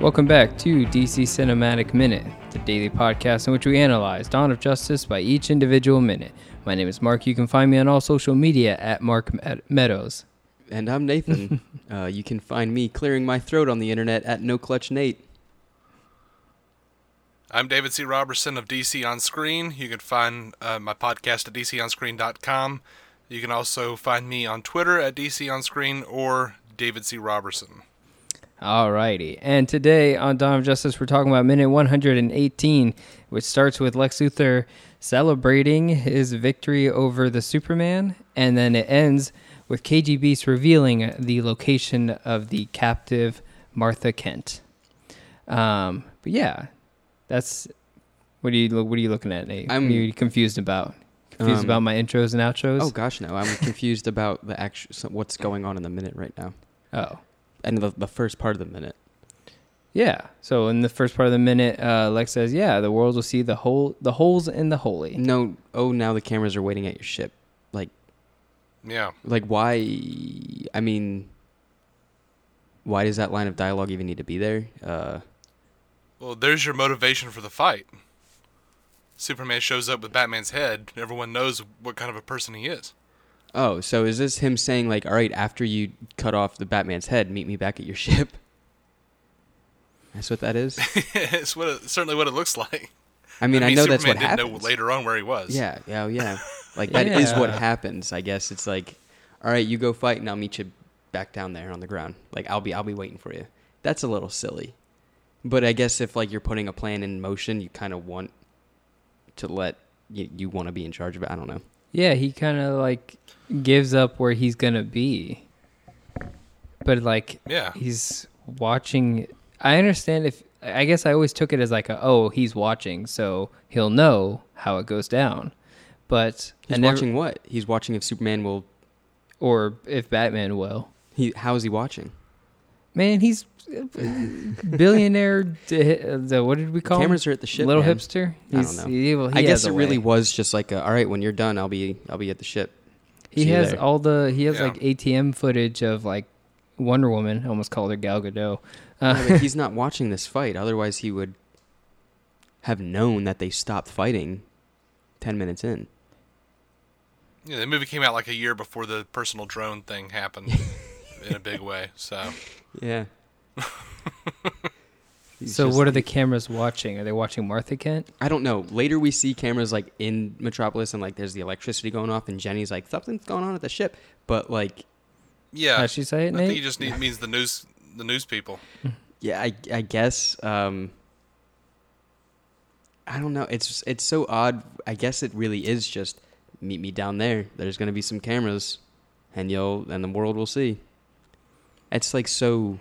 Welcome back to DC Cinematic Minute, the daily podcast in which we analyze Dawn of Justice by each individual minute. My name is Mark. You can find me on all social media at Mark Med- Meadows. And I'm Nathan. uh, you can find me clearing my throat on the internet at No Clutch Nate. I'm David C. Robertson of DC On Screen. You can find uh, my podcast at dconscreen.com. You can also find me on Twitter at DC On Screen or David C. Robertson. Alrighty. And today on Dawn of Justice, we're talking about minute 118, which starts with Lex Luthor celebrating his victory over the Superman. And then it ends with KG Beast revealing the location of the captive Martha Kent. Um, but yeah, that's what are you lo- what are you looking at, Nate? I'm- what are you confused about? Confused Um, about my intros and outros? Oh gosh, no, I'm confused about the actual so what's going on in the minute right now, oh. and the, the first part of the minute. Yeah. So in the first part of the minute, uh, Lex says, "Yeah, the world will see the whole the holes in the holy." No, oh, now the cameras are waiting at your ship. Like, Yeah. like why? I mean, why does that line of dialogue even need to be there? Uh, Well, there's your motivation for the fight. Superman shows up with Batman's head. Everyone knows what kind of a person he is. oh, so is this him saying like, all right, after you cut off the Batman's head, meet me back at your ship? That's what that is. it's what it, certainly what it looks like. I mean, I, know Superman that's what didn't happens. know later on where he was. Yeah, yeah, oh, yeah. Like that is what Yeah. happens, I guess. It's like, all right, you go fight, and I'll meet you back down there on the ground. Like I'll be, I'll be waiting for you. That's a little silly, but I guess if like you're putting a plan in motion, you kind of want to let you, you want to be in charge of it. I don't know. Yeah, he kind of like gives up where he's gonna be, but like Yeah. he's watching. I understand if I guess I always took it as like, a, oh, he's watching, so he'll know how it goes down. But He's I never- watching what? He's watching if Superman will. or if Batman will. He how is he watching? Man, he's billionaire. d- uh, what did we call Cameras him? are at the ship. Little man. hipster. I don't He's- know. he- well, he I guess has it a really way. was just like, a, all right, when you're done, I'll be, I'll be at the ship. He See you has there. all the he has Yeah. like ATM footage of like Wonder Woman. I almost called her Gal Gadot. Uh, Yeah, but he's not watching this fight. Otherwise, he would have known that they stopped fighting ten minutes in. Yeah, the movie came out like a year before the personal drone thing happened in a big way. So Yeah. so what are the cameras watching? Are they watching Martha Kent? I don't know. Later, we see cameras like in Metropolis, and like there's the electricity going off, and Jenny's like, "Something's going on at the ship," but like, yeah, How'd she say it, I Nate? think he just need, means the news, the news people. yeah, I, I guess. Um, I don't know. It's it's so odd. I guess it really is just meet me down there. There's gonna be some cameras, and you'll and the world will see. It's like so.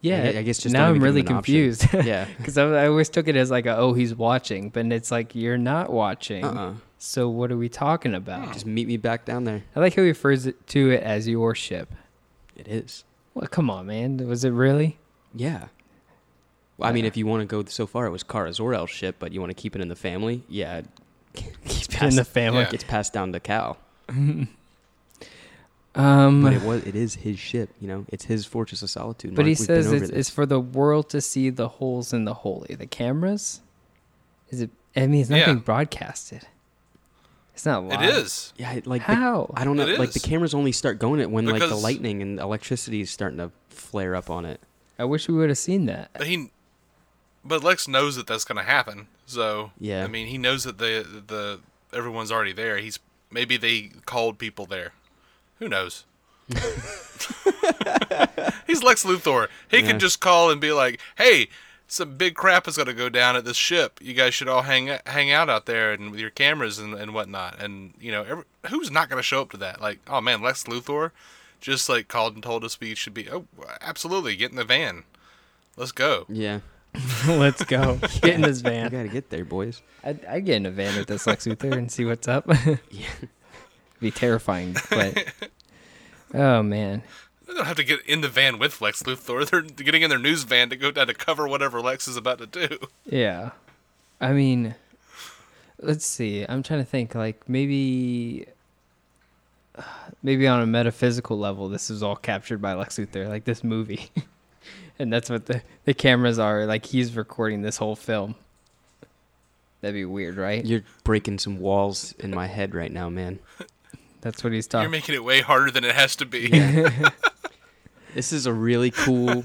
yeah, I, I guess just now don't I'm even give really him an option. confused yeah. because I, I always took it as like, a, oh, he's watching, but it's like you're not watching. Uh-uh. So what are we talking about? Just meet me back down there. I like how he refers it, to it as your ship. It is. Well, come on, man. Was it really? Yeah. Well, I mean, if you want to go so far, it was Kara Zor-El's ship, but you want to keep it in the family. Yeah. Gets In the family. Yeah. Gets passed down to Cal. Um, But it was. It is his ship. You know, it's his fortress of solitude. But Mark, he we've been says over it's, this. it's for the world to see the holes in the holy. The cameras? Is it? I mean, it's not Yeah. being broadcasted. It's not live. It is. Yeah, it- like the- How? I don't know. It Like the is. cameras only start going it when like the Because- lightning and electricity is starting to flare up on it. I wish we would have seen that. But he, but Lex knows that that's going to happen. So Yeah. I mean, he knows that the the everyone's already there. He's maybe they called people there. Who knows? He's Lex Luthor. He Yeah. could just call and be like, "Hey, some big crap is going to go down at this ship. You guys should all hang hang out out there and with your cameras and, and whatnot." And you know, every, who's not going to show up to that? Like, oh man, Lex Luthor just like called and told us we should be. Oh, absolutely, get in the van. Let's go. Yeah. Let's go. Get in this You van. gotta get there, boys. I'd, I'd get in a van with this Lex Luthor and see what's up. It'd be terrifying, but. Oh, man. They don't have to get in the van with Lex Luthor. They're getting in their news van to go down to cover whatever Lex is about to do. Yeah. I mean, let's see. I'm trying to think like maybe maybe on a metaphysical level this is all captured by Lex Luthor like this movie. and that's what the, the cameras are. Like he's recording this whole film. That'd be weird, right? You're breaking some walls in my head right now, man. That's what he's You're talking. making it way harder than it has to be. This is a really cool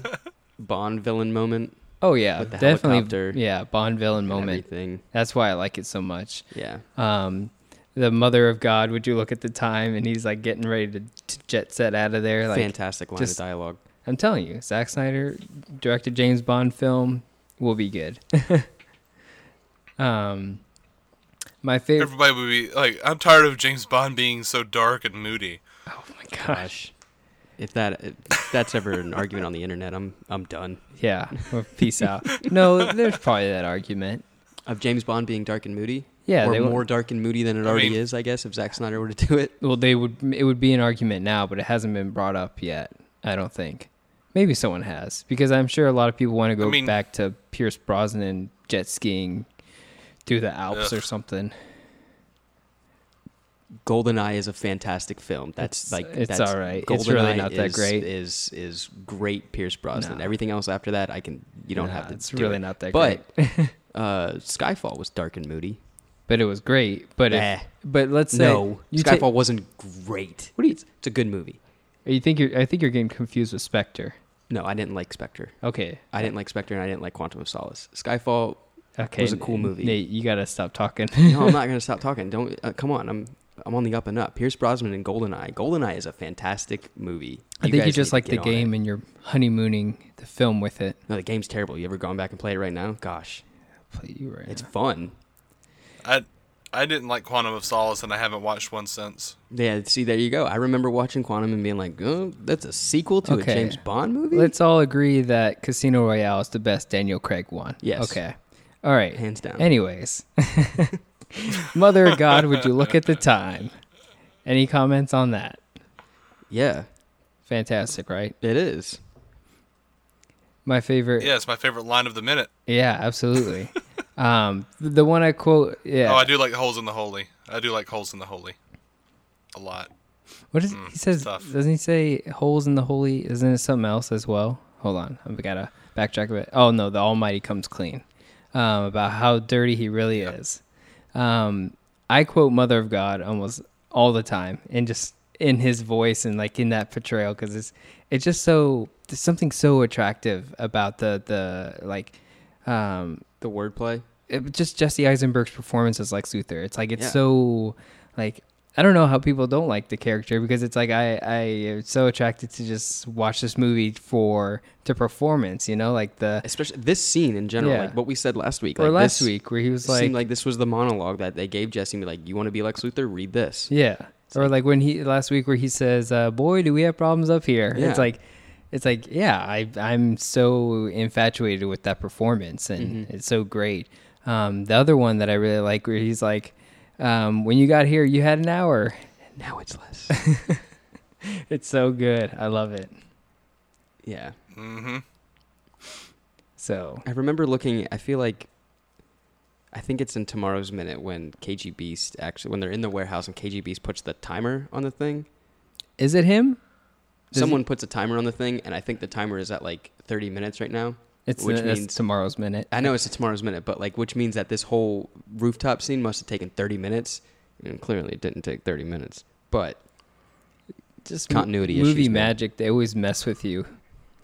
Bond villain moment. oh yeah, With the definitely. helicopter Yeah, Bond villain and moment. Everything. That's why I like it so much. Yeah. Um, the mother of God. Would you look at the time? And he's like getting ready to, to jet set out of there. Like Fantastic line just- of dialogue. I'm telling you, Zack Snyder directed James Bond film will be good. um, my favorite. Everybody would be like, I'm tired of James Bond being so dark and moody. Oh my gosh. Gosh. If that if that's ever an argument on the internet, I'm I'm done. Yeah. Well, peace out. No, there's probably that argument. Of James Bond being dark and moody. Yeah, Or they won't- more dark and moody than it I already mean- is, I guess, if Zack Snyder were to do it. Well, they would. It would be an argument now, but it hasn't been brought up yet. I don't think. Maybe someone has, because I'm sure a lot of people want to go mean- back to Pierce Brosnan jet skiing through the Alps or Ugh. something. Goldeneye is a fantastic film. That's It's- like it's that's, all right. It's really Goldeneye not that is- great. Is is great Pierce Brosnan. No. Everything else after that, I can you don't Nah, have to. It's do really it. not that great. But uh, Skyfall was dark and moody. but it was great. But if, Eh. but let's say no, you Skyfall ta- wasn't great. What do you- It's, it's a good movie. You think you're? I think you're getting confused with Spectre. No, I didn't like Spectre. Okay. I didn't like Spectre, and I didn't like Quantum of Solace. Skyfall. Okay. was a cool movie. Nate, you gotta stop talking. No, I'm not gonna stop talking. Don't uh, come on. I'm I'm on the up and up. Pierce Brosnan and Goldeneye. Goldeneye is a fantastic movie. I think you guys just need like to the get on it. game and you're honeymooning the film with it. No, the game's terrible. You ever gone back and played it right now? Gosh, Play you right. it's now. fun. I I didn't like Quantum of Solace, and I haven't watched one since. Yeah, see, there you go. I remember watching Quantum and being like, oh, that's a sequel to Okay. a James Bond movie? Let's all agree that Casino Royale is the best Daniel Craig one. Yes. Okay. All right. Hands down. Anyways, Mother of God, would you look at the time? Any comments on that? yeah, Fantastic, right? it is. My favorite. Yeah, it's my favorite line of the minute. Yeah, absolutely. um, the one I quote. Yeah. Oh, I do like holes in the holy. I do like holes in the holy, a lot. What is he says? tough. Doesn't he say holes in the holy? Isn't it something else as well? Hold on, I gotta backtrack a bit. Oh no, the Almighty comes clean um, about how dirty he really is. Um, I quote Mother of God almost all the time, and just in his voice and like in that portrayal because it's it's just so there's something so attractive about the the like um The wordplay. it, just Jesse Eisenberg's performance as Lex Luthor. It's like it's Yeah. so like I don't know how people don't like the character because it's like I I am so attracted to just watch this movie for the performance. You know, like the Especially this scene in general, Yeah. like what we said last week. or like last this week where he was like, seemed like this was the monologue that they gave Jesse. and Be like, you want to be Lex Luthor? Read this. yeah, or like when he last week where he says, uh, "Boy, do we have problems up here?" Yeah. It's like. It's like, yeah, I, I'm so infatuated with that performance, and Mm-hmm. it's so great. Um, the other one that I really like, where he's like, um, "When you got here, you had an hour." Now it's less. It's so good. I love it. yeah. Mm-hmm. So I remember looking. I feel like I think it's in tomorrow's minute when KG Beast actually when they're in the warehouse and KG Beast puts the timer on the thing. is it him? Does Someone puts a timer on the thing, and I think the timer is at like 30 minutes right now. It's which that's means tomorrow's minute. I know it's a tomorrow's minute, but like which means that this whole rooftop scene must have taken 30 minutes, and clearly it didn't take 30 minutes. But Just mo- continuity movie issues, man. magic. They always mess with you.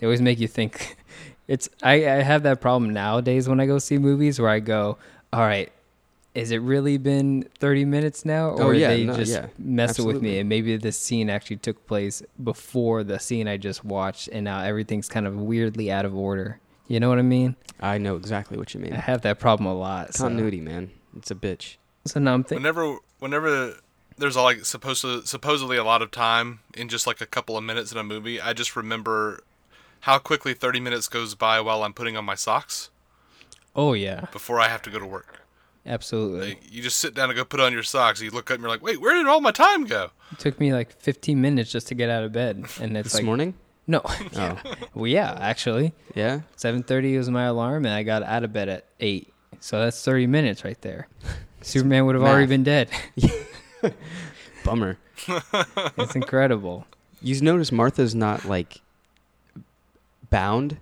They always make you think. It's I, I have that problem nowadays when I go see movies where I go, all right, is it really been thirty minutes now, Oh, or yeah, they no, just yeah, mess it with me, absolutely. and maybe this scene actually took place before the scene I just watched, and now everything's kind of weirdly out of order. You know what I mean? I know exactly what you I mean. have that problem a lot. so- Continuity, man, it's a bitch. So, now I'm thinking. Whenever, whenever there's like supposed to, supposedly a lot of time in just like a couple of minutes in a movie, I just remember how quickly 30 minutes goes by while I'm putting on my socks Oh yeah, before I have to go to work. absolutely. Like, you just sit down and go put on your socks. You look up and you're like, wait, where did all my time go? took me like 15 minutes just to get out of bed and it's This like morning? Oh. no yeah. well yeah actually Yeah. 7.30 was my alarm and i got out of bed at 8 so that's 30 minutes right there superman would have already been math. dead Bummer. it's incredible You notice Martha's not like bound.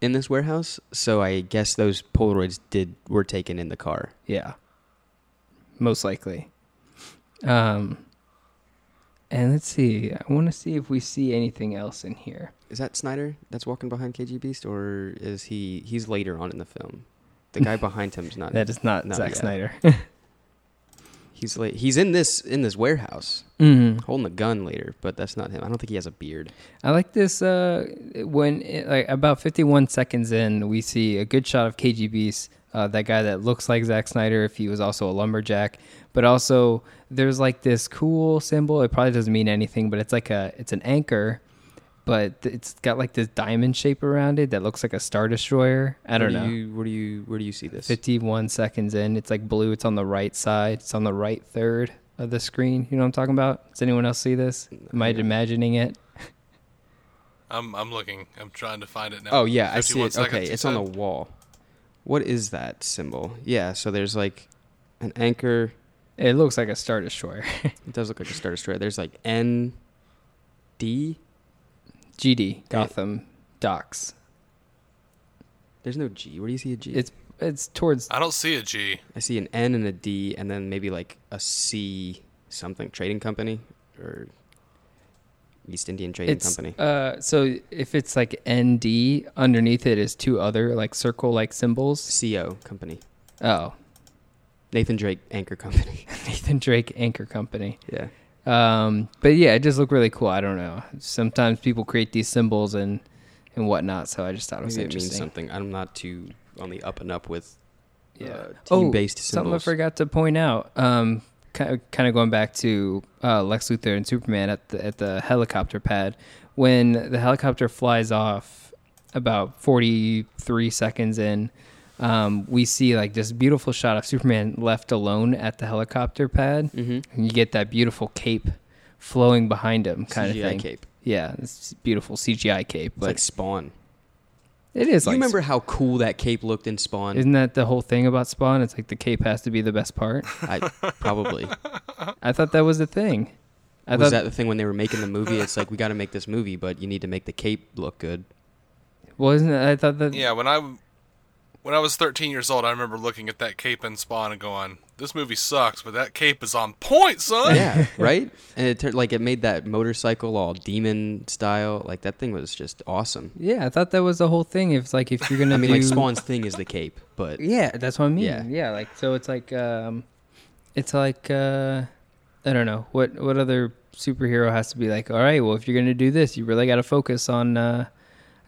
in this warehouse, so I guess those Polaroids did were taken in the car. Yeah. Most likely. Um and let's see. I want to see if we see anything else in here. Is that Snyder that's walking behind KG Beast, or is he? He's later on in the film. The guy behind him's Uh, not. That is not No, Zack yeah. Snyder. He's late. He's in this in this warehouse mm. holding a gun later, but that's not him. I don't think he has a beard. I like this uh when it, like about 51 seconds in we see a good shot of KGB's uh, that guy that looks like Zack Snyder if he was also a lumberjack, but also there's like this cool symbol. It probably doesn't mean anything, but it's like a it's an anchor, but th- it's got like this diamond shape around it that looks like a star destroyer. I don't where know. Do you, where do you where do you see this? 51 seconds in. It's like blue. It's on the right side. It's on the right third of the screen. You know what I'm talking about? Does anyone else see this? Am I imagining it? I'm I'm looking. I'm trying to find it now. Oh yeah, I see 51 it. Okay, seconds, you it's on the said? wall. What is that symbol? Yeah, so there's like an anchor. It looks like a Star Destroyer. It does look like a star destroyer. There's like N D. GD, Gotham Docks. There's no G. Where do you see a G? It's it's towards I don't see a G. I see an N and a D, and then maybe like a C something trading company or East Indian Trading it's Company. uh so if it's like ND underneath it is two other like circle like symbols. CO company. Oh, Nathan Drake Anchor Company. Nathan Drake Anchor Company. yeah. Um, but yeah, it just looked really cool. I don't know. Sometimes people create these symbols and and whatnot, so I just thought it was Maybe it interesting. means something. I'm not too on the up and up with Yeah. uh, Oh, team-based Something I symbols. forgot to point out. Um, kind of, kind of going back to uh, Lex Luthor and Superman at the at the helicopter pad when the helicopter flies off about 43 seconds in um, we see like this beautiful shot of Superman left alone at the helicopter pad Mm-hmm. and you get that beautiful cape flowing behind him kind CGI of thing cape. yeah this beautiful CGI cape It's but like Spawn. it is you like remember how cool that cape looked in Spawn? isn't that the whole thing about Spawn it's like the cape has to be the best part I, probably. I thought that was the thing. I was thought that the thing when they were making the movie? It's like we got to make this movie, but you need to make the cape look good. wasn't. It, I thought that. Yeah, when I when I was 13 years old, I remember looking at that cape in Spawn and going, "This movie sucks, but that cape is on point, son." Yeah, right. And it turned like it made that motorcycle all demon style. Like that thing was just awesome. Yeah, I thought that was the whole thing. If like if you're gonna I mean, do, like Spawn's thing is the cape, but Yeah, that's what I mean. Yeah. Yeah. like so it's like um, it's like uh, I don't know what what other superhero has to be like. All right, well if you're gonna do this, you really got to focus on. Uh,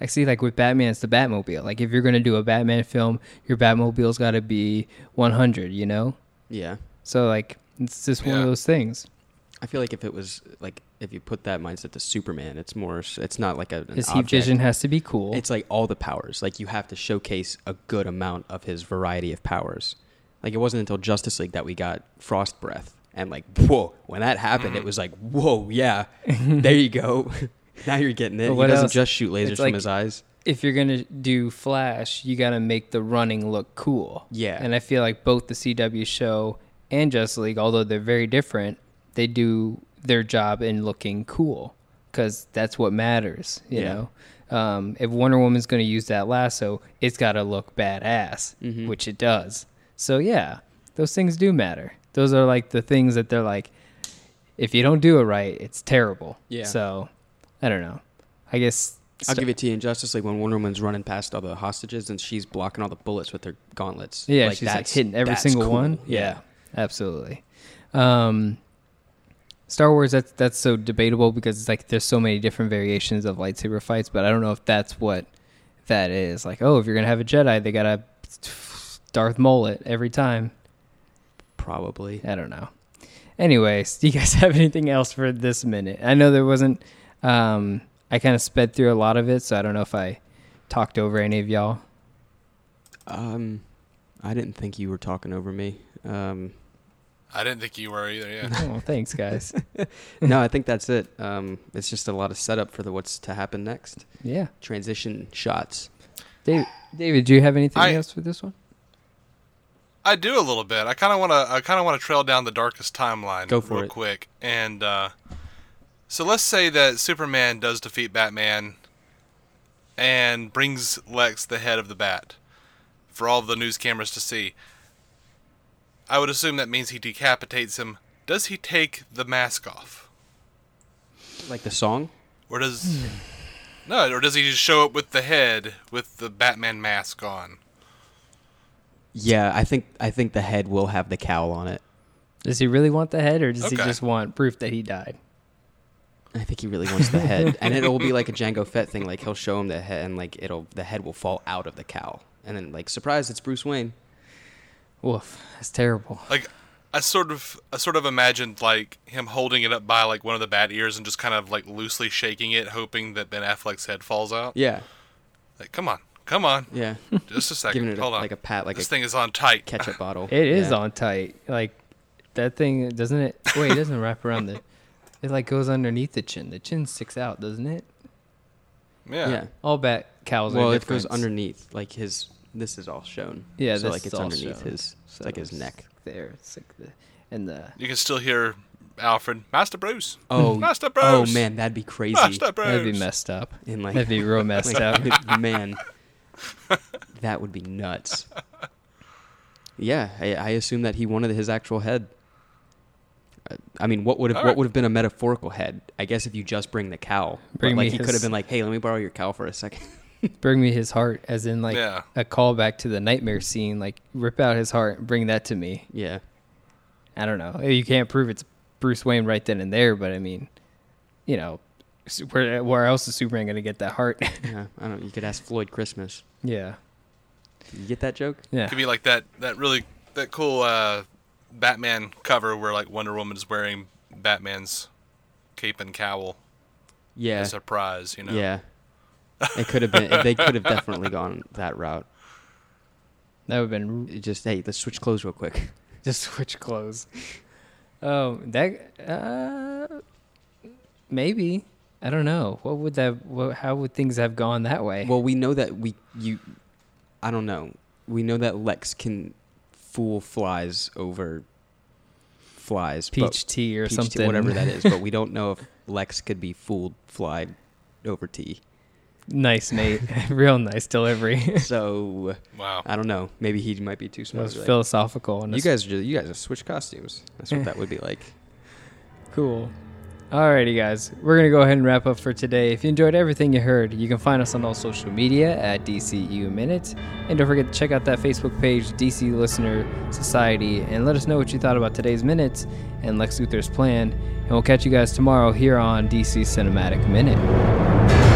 I see, like with Batman, it's the Batmobile. Like if you're gonna do a Batman film, your Batmobile's got to be 100. You know, yeah, so like it's just one Yeah. of those things. I feel like if it was like if you put that mindset to Superman, it's more. It's not like a. An His heat object. vision has to be cool. It's like all the powers. Like you have to showcase a good amount of his variety of powers. Like it wasn't until Justice League that we got Frost Breath, and like whoa, when that happened, Mm-hmm. it was like whoa, yeah, there you go. now you're getting it. But what he doesn't else? just shoot lasers It's like- from his eyes. if you're gonna do Flash, you gotta make the running look cool. Yeah. And I feel like both the CW show and Justice League, although they're very different, they do their job in looking cool because that's what matters. You Yeah. know, um, if Wonder Woman's gonna use that lasso, it's gotta look badass, Mm-hmm. which it does. So yeah, those things do matter. Those are like the things that they're like, if you don't do it right, it's terrible. Yeah. So I don't know. I guess I'll give it to you in Justice League when Wonder Woman's running past all the hostages and she's blocking all the bullets with her gauntlets. Yeah, she's like that's- hitting every that's single cool. one. absolutely. Um, Star Wars that's that's so debatable because it's like there's so many different variations of lightsaber fights, but I don't know if that's what that is. Like, oh, if you're gonna have a Jedi, they gotta Darth Maul it every time. probably. I don't know. Anyways, do you guys have anything else for this minute? I know there wasn't. Um, I kind of sped through a lot of it, so I don't know if I talked over any of y'all. Um, I didn't think you were talking over me. Um, I didn't think you were either. Yeah. Oh, thanks, guys. no, I think that's it. Um, it's just a lot of setup for the what's to happen next. yeah. Transition shots. David, David, do you have anything I- else for this one? I do a little bit. I kind of want to. I kind of want to trail down the darkest timeline Go for real it. quick. And uh, so let's say that Superman does defeat Batman, and brings Lex the head of the bat for all the news cameras to see. I would assume that means he decapitates him. Does he take the mask off? Like the song? Or Hmm. does. No, or does he just show up with the head with the Batman mask on? Yeah, I think I think the head will have the cowl on it. Does he really want the head, or does he Okay. just want proof that he died? I think he really wants the head, and it will be like a Django Fett thing. Like he'll show him the head, and like it'll the head will fall out of the cowl, and then like surprise, it's Bruce Wayne. Woof, that's terrible. Like. I sort of, I sort of imagined like him holding it up by like one of the bat ears and just kind of like loosely shaking it, hoping that Ben Affleck's head falls out. Yeah, Like, come on, come on, yeah. just a second. Giving it a- Hold on, like a pat, like this a thing is on tight. ketchup bottle. It is Yeah. on tight. Like that thing doesn't it? Wait, it doesn't wrap around the. It like goes underneath the chin. The chin sticks out, doesn't it? Yeah. Yeah. All bat cows. Well, are it goes different. underneath. Like his. This is all shown. Yeah, So this like is it's all underneath shown. his. It's like his it's neck. There, it's like the and the. You can still hear Alfred, Master Bruce. Oh. Master Bruce. Oh man, that'd be crazy. Master Bruce. That'd be messed up. In like- That'd be real messed up. Like, man, that would be nuts. Yeah, I, I assume that he wanted his actual head. Uh, I mean, what would have All what right. would have been a metaphorical head? I guess if you just bring the cow, But, Bring like me he could his- have been like, "Hey, let me borrow your cow for a second. Bring me his heart, as in like Yeah. a callback to the nightmare scene. Like rip out his heart, and bring that to me. yeah, I don't know. You can't prove it's Bruce Wayne right then and there, but I mean, you know, s- where where else is Superman gonna get that heart? yeah. I don't. know. You could ask Floyd Christmas. yeah, You get that joke? yeah. Could be like that that really that cool uh, Batman cover where like Wonder Woman's wearing Batman's cape and cowl Yeah, as a prize, you know. yeah. It could have been. they could have definitely gone that route. That would have been It just hey, let's switch clothes real quick. just switch clothes. Um, that uh, maybe I don't know. What would that? What, how would things have gone that way? Well, we know that we you, I don't know. We know that Lex can fool flies over flies, but- peach tea or peach tea, something, whatever that is. But we don't know if Lex could be fooled fly over tea. nice, Nate. Real nice delivery. that So Wow. I don't know. Maybe he might be too smart. was Like, philosophical. And you it's guys, are just, you guys have switched costumes. That's what that would be like. Cool. Alrighty, guys. We're going to go ahead and wrap up for today. If you enjoyed everything you heard, you can find us on all social media at DCU Minute. And don't forget to check out that Facebook page, DC Listener Society, and let us know what you thought about today's minutes and Lex Luthor's plan. And we'll catch you guys tomorrow here on DC Cinematic Minute.